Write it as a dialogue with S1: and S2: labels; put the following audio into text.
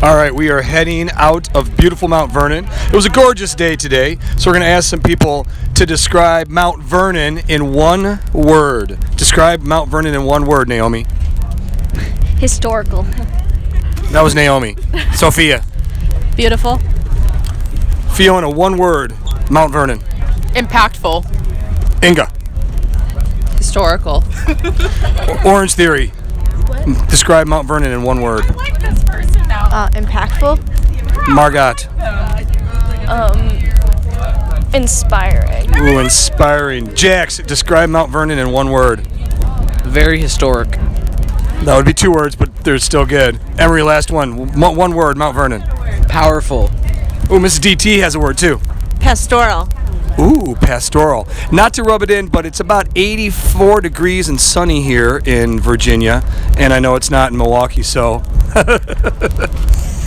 S1: All right, we are heading out of beautiful Mount Vernon. It was a gorgeous day today, so we're going to ask some people to describe Mount Vernon in one word. Describe Mount Vernon in one word, Naomi.
S2: Historical.
S1: That was Naomi. Sophia.
S3: Beautiful.
S1: Fiona, one word. Mount Vernon.
S3: Impactful.
S1: Inga.
S3: Historical.
S1: Orange Theory. Describe Mount Vernon in one word.
S2: Uh, impactful.
S1: Margot.
S2: Inspiring.
S1: Ooh, inspiring. Jax, describe Mount Vernon in one word.
S4: Very historic.
S1: That would be two words, but they're still good. Emery, last one. Mo- One word, Mount Vernon.
S4: Powerful.
S1: Ooh, Mrs. DT has a word too.
S3: Pastoral.
S1: Ooh, pastoral. Not to rub it in, but it's about 84 degrees and sunny here in Virginia, and I know it's not in Milwaukee, so